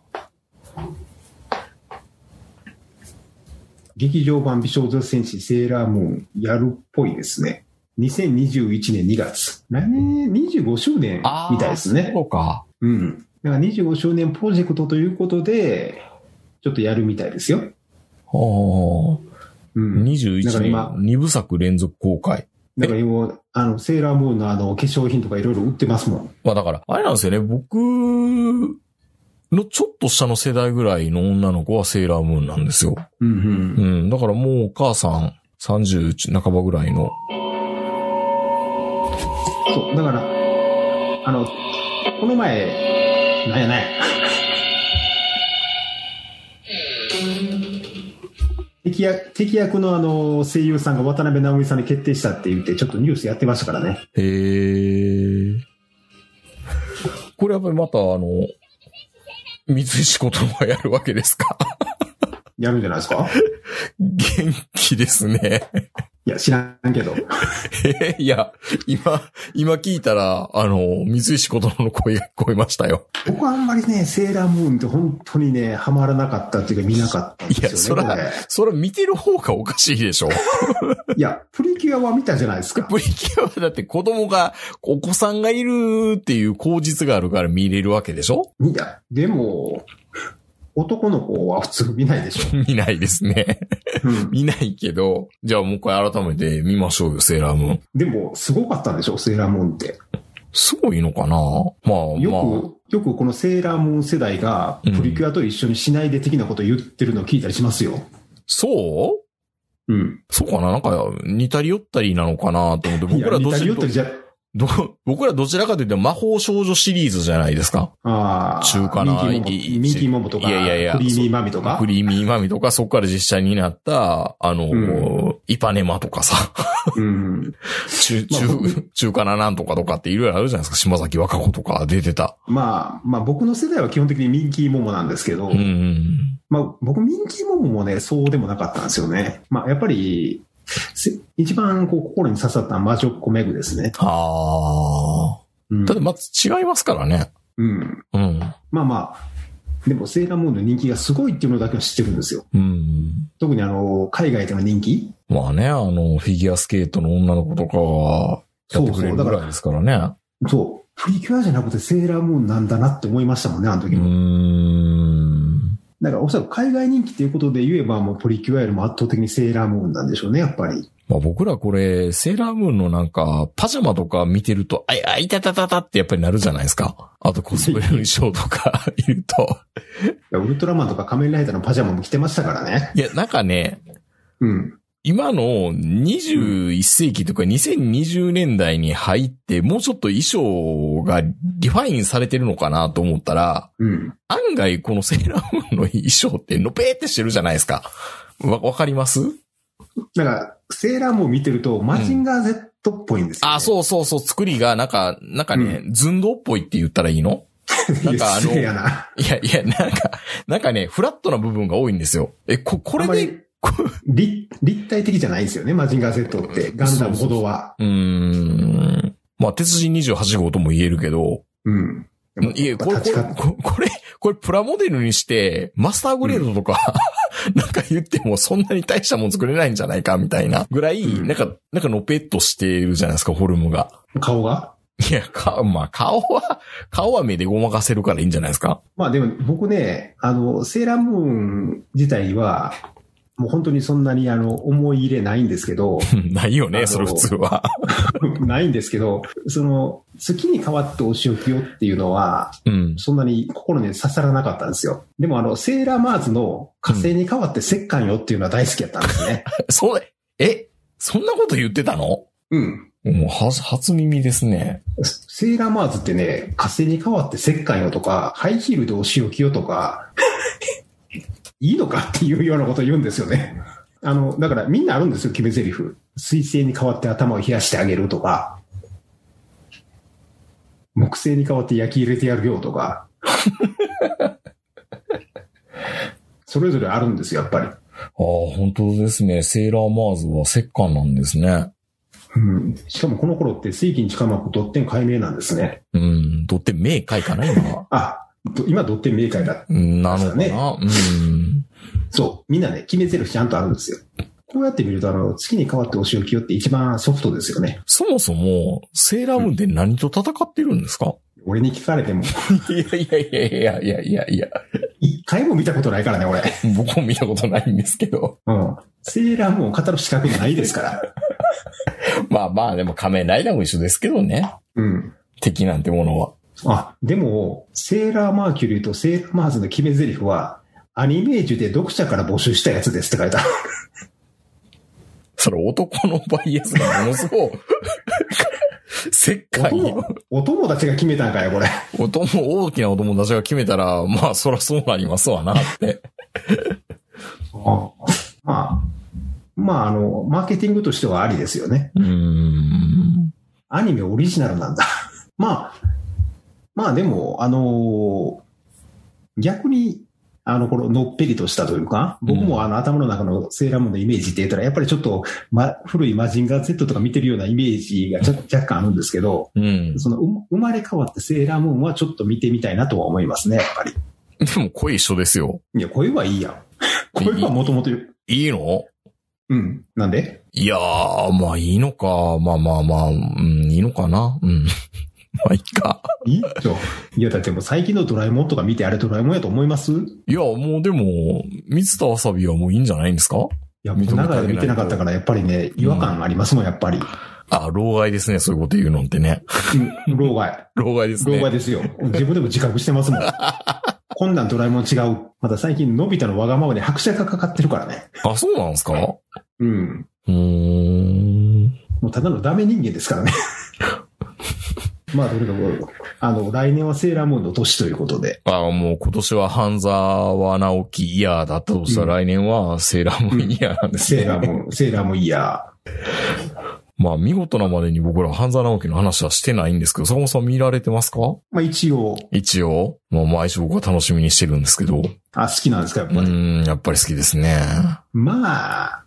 S4: 劇場版美少女戦士セーラームーンやるっぽいですね。2021年2月。来年25周年
S3: あー
S4: みたいですね。
S3: そうか。
S4: うん。だから25周年プロジェクトということで、ちょっとやるみたいです
S3: あ
S4: よ。
S3: あ。
S4: うん。だ
S3: 21
S4: から
S3: 年、
S4: 今
S3: 2部作連続公開。
S4: だから今、あの、セーラームーンのあの、化粧品とかいろいろ売ってますもん。
S3: まあだから、あれなんですよね、僕のちょっと下の世代ぐらいの女の子はセーラームーンなんですよ。
S4: うん
S3: う
S4: うん。
S3: ん、だからもうお母さん30半ばぐらいの。
S4: そう。だから、あの、この前、なんやない。敵役、敵役のあの、声優さんが渡辺直美さんに決定したって言って、ちょっとニュースやってましたからね。
S3: へー。これやっぱりまたあの、三井仕事がやるわけですか
S4: やるんじゃないですか
S3: 元気ですね。
S4: いや、知らんけど。
S3: えーいや、今、今聞いたら、あの、三井仕事の声が聞こえましたよ。
S4: 僕はあんまりね、セーラームーンって本当にね、ハマらなかったっていうか見なかったんで
S3: いや、
S4: す
S3: そ
S4: よね。こ
S3: ら、そら見てる方がおかしいでしょ。
S4: れいや、プリキュアは見たじゃないですか。
S3: プリキュアはだって子供が、お子さんがいるっていう口実があるから見れるわけでしょ
S4: いや、でも、男の子は普通見ないでしょ。
S3: 見ないですね。
S4: うん、
S3: 見ないけど、じゃあもう一回改めて見ましょうよ、セーラームーン。
S4: でも、すごかったんでしょ、セーラームーンって。
S3: すごいのかなまあまあ。
S4: よく、よくこのセーラームーン世代が、
S3: うん
S4: プリキュアと一緒にしないで的なこと言ってるのを聞いたりしますよ。
S3: そう
S4: うん。
S3: そうかななんか、似たり寄ったりなのかなと思って、僕らどっ
S4: いや似た
S3: ち
S4: り寄
S3: か
S4: ったりじゃ、
S3: ど、僕らどちらかというと魔法少女シリーズじゃないですか。
S4: ああ。
S3: 中華な
S4: ミ
S3: いい
S4: ンキーモモとか、
S3: いやいやいや
S4: クリーミーマミとか。
S3: クリーミーマミとか、そこから実写になった、あの、
S4: うん
S3: イパネマとかさ、
S4: うん。
S3: 中、
S4: まあ
S3: 中、中華ななんとかとかっていろいろあるじゃないですか。島崎和歌子とか出てた。
S4: まあ、まあ僕の世代は基本的にミンキーモモなんですけど、
S3: うんうん。
S4: まあ僕ミンキーモモもね、そうでもなかったんですよね。まあやっぱり、せ一番こう心に刺さったのは魔女っ子メグですね。
S3: あ
S4: うん
S3: あ。ただ、まず違いますからね。
S4: うん。
S3: うん。
S4: まあまあ、でもセーラームーンの人気がすごいっていうのだけは知ってるんですよ。
S3: うん。
S4: 特にあの、海外での人気
S3: まあね、あの、フィギュアスケートの女の子とかは、や
S4: そ
S3: って
S4: う
S3: く
S4: そ
S3: れる
S4: う。だ
S3: ぐ
S4: から
S3: いですからね。
S4: ら、そう。プリキュアじゃなくてセーラームーンなんだなって思いましたもんね、あの
S3: う
S4: 時
S3: ー
S4: も。
S3: ん。
S4: だからおそらく海外人気っていうことで言えば、もうプリキュアよりも圧倒的にセーラームーンなんでしょうね、やっぱり。
S3: まあ僕らこれ、セーラームーンのなんか、パジャマとか見てると、あい、あいたたたたってやっぱりなるじゃないですか。あとコスプレの衣装とか言うと。
S4: いやウルトラマンとか仮面ライダーのパジャマも着てましたからね。
S3: いや、なんかね、
S4: うん。
S3: 今の21世紀とか2020年代に入って、もうちょっと衣装がリファインされてるのかなと思ったら、
S4: うん。
S3: 案外このセーラームーンの衣装ってのぺーってしてるじゃないですか。わ、わかります
S4: だから、セーラームーン見てると、マジンガー Z っぽいんですよ、ね
S3: あ、そうそうそう、作りがなんか、なんかね、寸胴っぽいって言ったらいいの
S4: う。
S3: なんかあの
S4: 失礼やな。
S3: いやいや、なんか、なんかね、フラットな部分が多いんですよ。え、こ、これ
S4: あんま
S3: で
S4: り、立立体的じゃないんですよね、マジンガー Z って。ガンダムほどは。
S3: うーん。まあ、鉄人28号とも言えるけど、
S4: うん。
S3: いや、これ、こ
S4: 立ち
S3: れ、
S4: 方
S3: ここれ、これプラモデルにして、マスターグレードとか、 なんか言ってもそんなに大したもん作れないんじゃないか、みたいなぐらい、
S4: うん
S3: なんか、なんかのぺっとしてるじゃないですか、フォルムが。
S4: 顔が
S3: いや、か、まあ、顔は、顔は目でごまかせるからいいんじゃないですか。
S4: まあでも僕ね、あの、セーラームーン自体は、もう本当にそんなにあの、思い入れないんですけど、
S3: ないよ
S4: あ
S3: ね、
S4: の
S3: それ普通は。
S4: ないんですけど、その、好きに変わってお仕置きよっていうのは、
S3: うん。
S4: そんなに心に刺さらなかったんですよ。でもあの、セーラーマーズの火星に変わって石棺よっていうのは大好きだったんですね。
S3: それ、え、そんなこと言ってたの
S4: うん。
S3: もう、は、初耳ですね。
S4: セーラーマーズってね、火星に変わって石棺よとか、ハイヒールでお仕置きよとか、 いいのかっていうようなこと言うんですよね。あの、だからみんなあるんですよ、決め台詞。水星に変わって頭を冷やしてあげるとか、木星に変わって焼き入れてやるよと か。それぞれあるんですよ、やっぱり。
S3: ああ、本当ですね。セーラーマーズは石棺なんですね。
S4: うん、しかもこの頃って水金地下膜ドッテン解明なんですね。
S3: うん。とって明快かな、今は。
S4: あ、ど今ドッテン明解だ。
S3: うんなのかな、うん。
S4: そう、みんなね、決めゼルちゃんとあるんですよ。こうやって見ると、あの、月に変わってお仕置きよって一番ソフトですよね。
S3: そもそも、セーラームーンって何と戦ってるんですか、
S4: 俺に聞かれても、
S3: いやいやいやいやいやいやいや、
S4: 一回も見たことないからね、俺。
S3: 僕も見たことないんですけど。
S4: うん。セーラームーンを語る資格ないですから。
S3: まあまあ、でも仮面ライダーも一緒ですけどね。
S4: うん。
S3: 敵なんてものは。
S4: あ、でも、セーラーマーキュリーとセーラーマーズの決めゼリフは、アニメージュで読者から募集したやつですって書いてある。
S3: それ男のバイアスがものすご い、石
S4: お
S3: 棺よ
S4: 友。お友達が決めたんかよ、これ。
S3: おとも、大きなお友達が決めたら、まあ、そらそうなりますわなって。
S4: あまあ、まあ、あの、マーケティングとしてはありですよね。
S3: うん。
S4: アニメオリジナルなんだ。 まあ、まあでも、あのー逆に、あの、この、のっぺりとしたというか、僕もあの、頭の中のセーラームーンのイメージって言ったら、やっぱりちょっと、ま、古いマジンガー Z とか見てるようなイメージがちょ若干あるんですけど、
S3: うん。
S4: その、う生まれ変わってセーラームーンはちょっと見てみたいなとは思いますね、やっぱり。
S3: でも、声一緒ですよ。
S4: いや、声はい いやん。声はもともと、
S3: いいの
S4: うん。なんで
S3: いやー、まあいいのか。まあまあまあ、うん、いいのかな。うん。 まあいいか。
S4: いいっしょ。いや、だってもう最近のドラえもんとか見てあれドラえもんやと思いますい
S3: いや、もうでも、水田わさびはもういいんじゃないんですか
S4: や、僕長い間見てなかったから、やっぱりね、違和感ありますもん、やっぱり。
S3: あ、老害ですね。そういうこと言うのってね。
S4: うん、老害。
S3: 老害です
S4: 老
S3: ね。
S4: 害ですよ。自分でも自覚してますもん。こんなんドラえもん違う。また最近、のび太のわがままで拍車がかかってるからね。
S3: あ、そうなんですかう
S4: うん。
S3: ーん。
S4: もうただのダメ人間ですからね。まあ、とにかく、あの、来年はセーラームーンの年ということで。
S3: ああ、もう今年は半沢直樹イヤーだったとしたら来年はセーラームーンイヤーなんですね。
S4: セーラームーン、セーラームーンイヤ
S3: まあ見事なまでに僕ら半沢直樹の話はしてないんですけど、坂本さん見られてますか
S4: ー。まあ、一応、
S3: 一応。まあ毎週僕は楽しみにしてるんですけど。
S4: あ、好きなんですか、やっ
S3: う
S4: ぱり。
S3: ん、やっぱり好きですね。
S4: まあ、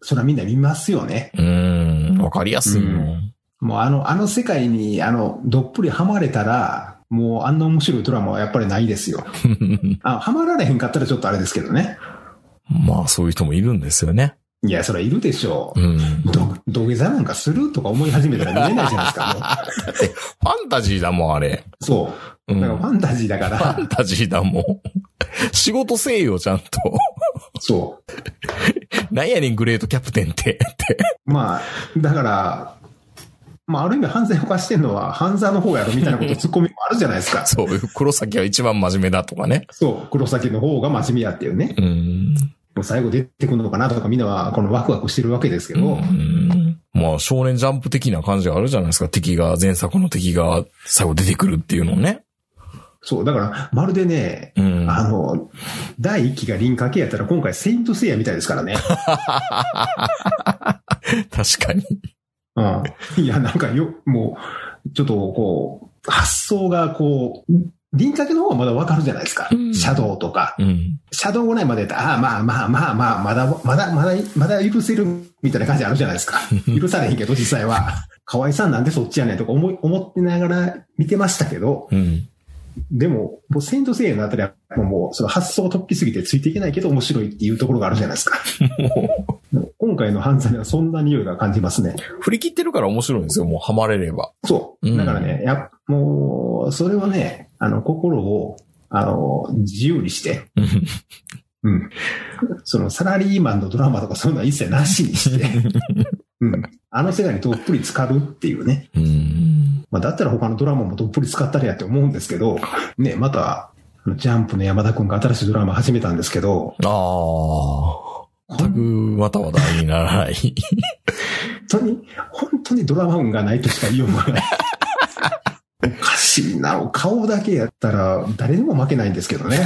S4: そらみんな見ますよね。
S3: うん、わかりやすいよ。
S4: うんもうあの、あの世界に、あの、どっぷりハマれたら、もうあんな面白いドラマはやっぱりないで すよ。あ、ハマられへんかったらちょっとあれですけどね。
S3: まあそういう人もいるんですよね。
S4: いや、それいるでしょ
S3: う
S4: う。
S3: ん。フ
S4: ど、土下座なんかするとか思い始めたら見れないじゃないですか、も
S3: ァンタジーだもん、あれ。
S4: うそう。
S3: うん、
S4: だからフ
S3: フ
S4: ァンタジーだか
S3: ァン
S4: ら、
S3: タジーだもん。仕事せえよ、ちゃんと。
S4: そ
S3: なんやねん、グレートキャプテンって。って。
S4: う。まあ、だから、まあ、ある意味犯罪を犯してるのは犯罪の方やろみたいなこと突っ込みもあるじゃないです か。
S3: そう、黒崎は一番真面目だとかね。
S4: そう、黒崎の方が真面目やっていうね。
S3: うん。
S4: もう最後出てくるのかなとかみんなはこのワクワクしてるわけですけど、
S3: うんまあ、少年ジャンプ的な感じがあるじゃないですか。敵が、前作の敵が最後出てくるっていうのね。
S4: そう、だからまるでね、
S3: うん。
S4: あの、第一期が輪郭系やったら今回セイントセイヤみたいですから ね。
S3: 確かに。
S4: うん。いや、なんかよ、もう、ちょっとこう、発想がこう、輪郭の方はまだわかるじゃないですか。
S3: うん
S4: シャドウとか。
S3: うん。
S4: シャドウぐらいまでやったら、ああ、まあまあまあまあ、まだ、まだ、まだ、まだ許せるみたいな感じあるじゃないで すか。許されへんけど、実際は。河合さんなんでそっちやねんとか思い思ってながら見てましたけど、
S3: うん。
S4: でも、もうセイントセイヤのあたりはもう、その発想突飛すぎてついていけないけど面白いっていうところがあるじゃないで すか。
S3: も
S4: 今回の犯罪はそんな匂いが感じますね。
S3: う、振り切ってるから面白いんですよ。もう、ハマれれば。
S4: そう。
S3: うん
S4: だからね、やっもう、それはね、あの、心を、あの、自由にして、
S3: うん
S4: うん。その、サラリーマンのドラマとかそういうのは一切なし にして、うん。あの世界にどっぷり浸かるっていうね。
S3: うん。
S4: まあ、だったら他のドラマもどっぷり使ったりやって思うんですけど、ね、また、あのジャンプの山田くんが新しいドラマ始めたんですけど、
S3: ああ。
S4: こ
S3: 全く
S4: ん
S3: また話題にならない。
S4: 本当に、本当にドラマ運がないとしか言いようが ない。おかしいな。顔だけやったら誰にも負けないんですけどね。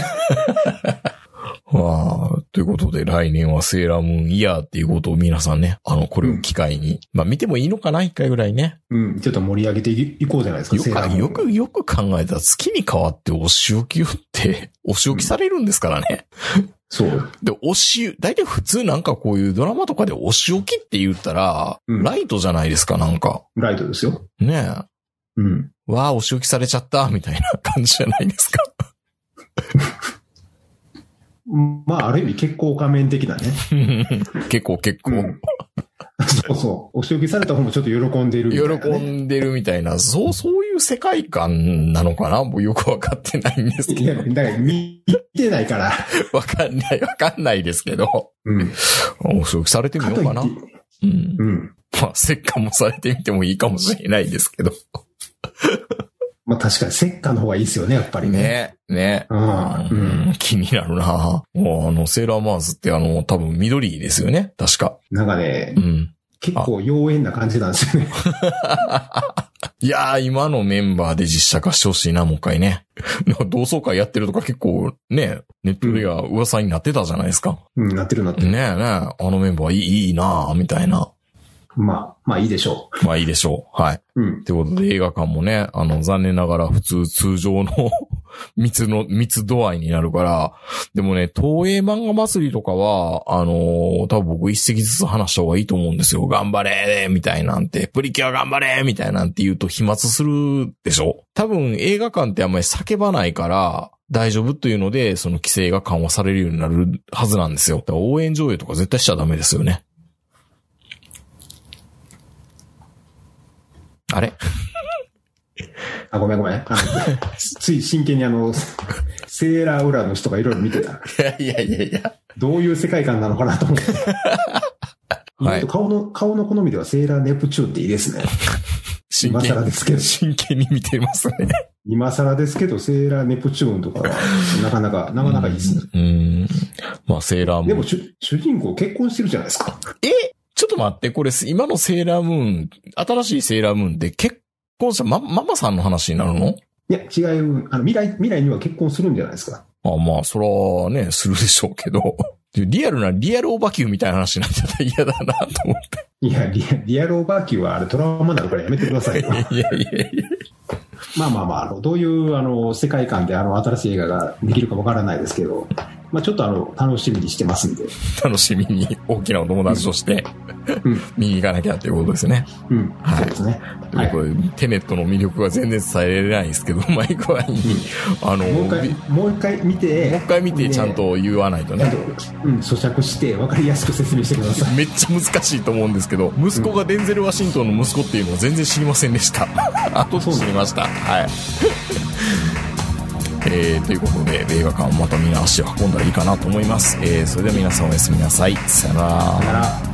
S3: まあ、ということで来年はセーラームーンイヤーっていうことを皆さんね、あの、これを機会に、まあ見てもいいのかな一回ぐらいね。
S4: うん、ちょっと盛り上げていこうじゃないですか、
S3: よ
S4: セーラームー
S3: く、
S4: ン
S3: よく、よく考えたら月に変わってお仕置きをって、お仕置きされるんですからね。
S4: そう。
S3: で、おし、大体普通なんかこういうドラマとかでお仕置きって言ったら、
S4: うん
S3: ライトじゃないですか、なんか。
S4: ライトですよ。
S3: ねえ。
S4: うん。
S3: わあ、お仕置きされちゃった、みたいな感じじゃないですか。
S4: まあ、ある意味結構仮面的なね。
S3: 結構結構。
S4: うんそうそう。お仕置きされた方もちょっと喜んでいるみたいなね、
S3: 喜んでるみたいな、そう、そういう世界観なのかなもうよくわかってないんですけ
S4: いや、
S3: ど。
S4: だから見てないから。
S3: わかんない、わかんないですけど。
S4: うん。
S3: お仕置きされてみ
S4: か
S3: よ
S4: と
S3: う
S4: い
S3: かな。
S4: って、
S3: うん。
S4: うん。
S3: まあ、折檻もされてみてもいいかもしれないですけど。
S4: まあ確かに、せっかの方がいいですよね、やっぱりね。
S3: ね、ね。
S4: うん。うん。
S3: うん気になるなもうあの、セーラーマーズってあの、多分緑ですよね確か。
S4: なんかね
S3: う、ん。
S4: 結構妖艶な感じなんですよね。
S3: いやー、今のメンバーで実写化してほしいな、もう一回ね。 なんか同窓会やってるとか結構ね、ネットでは噂になってたじゃないですか。
S4: うん、なってるなって
S3: ねえ
S4: る。
S3: ねえ、あのメンバーいいいいなあみたいな。
S4: まあ、まあいいでしょ
S3: まあいいでしょう。はい。
S4: う。うん。
S3: ということで映画館もね、あの、残念ながら普通、通常の 密の、密度合いになるから、でもね、東映漫画祭りとかは、あのー多分僕一席ずつ話した方がいいと思うんですよ。頑張れーみたいなんて、プリキュア頑張れーみたいなんて言うと飛沫するでしょ多分映画館ってあんまり叫ばないから、大丈夫というので、その規制が緩和されるようになるはずなんですよ。だから応援上映とか絶対しちゃダメですよね。あれ
S4: あ、ごめんごめん。あのつい真剣にあの、セーラーウラの人がいろいろ見てた。
S3: いやいやいやいや。
S4: どういう世界観なのかなと思って。
S3: はい
S4: 意外と顔の、顔の好みではセーラーネプチューンっていいですね。
S3: 真
S4: 今
S3: 剣
S4: 更
S3: に、
S4: ですけど、
S3: 真剣に見てますね。
S4: 今更ですけど、セーラーネプチューンとかは、なかなか、なかなかいいですね。
S3: うん。まあ、セーラーム
S4: で
S3: ー
S4: も
S3: ン。
S4: 主、主人公結婚してるじゃないですか。
S3: えちょっと待って、これ、今のセーラームーン、新しいセーラームーンって結婚したマママさんの話になるの
S4: いや、違う、あの、未来、未来には結婚するんじゃないですか。
S3: あまあ、そらね、するでしょうけど。リアルな、リアルオバキューみたいな話になっちゃったら嫌だなと思って。
S4: いや、リアリアルオーバーキューはあれトラウマになるからやめてくださいよ。
S3: いやいやい
S4: まあまあまあ、あのどういうあの世界観であの新しい映画ができるかわからないですけど、まあ、ちょっとあの楽しみにしてますんで、
S3: や、楽しみに大きなお友達として
S4: うん、
S3: 見に行かなきゃっていうことですね。
S4: うん、
S3: はい
S4: そうですね。はい
S3: これテネットの魅力が全然伝えられないんですけど、マイクはいい。あの、
S4: もう一
S3: び
S4: 回
S3: も、
S4: もう一回見て、
S3: う一回見てちゃんと言わないと
S4: ちゃん
S3: ね
S4: と。、うん、咀嚼して分かりやすく説明してくだ さい。
S3: めっちゃ難しいと思うんですけど、息子がデンゼル・ワシントンの息子っていうのを全然知りませんでした。 後で知りました。はい。 えー、ということで、映画館またみんな足を運んだらいいかなと思います。えー、それでは皆さんおやすみなさい。さよなら
S4: さよなら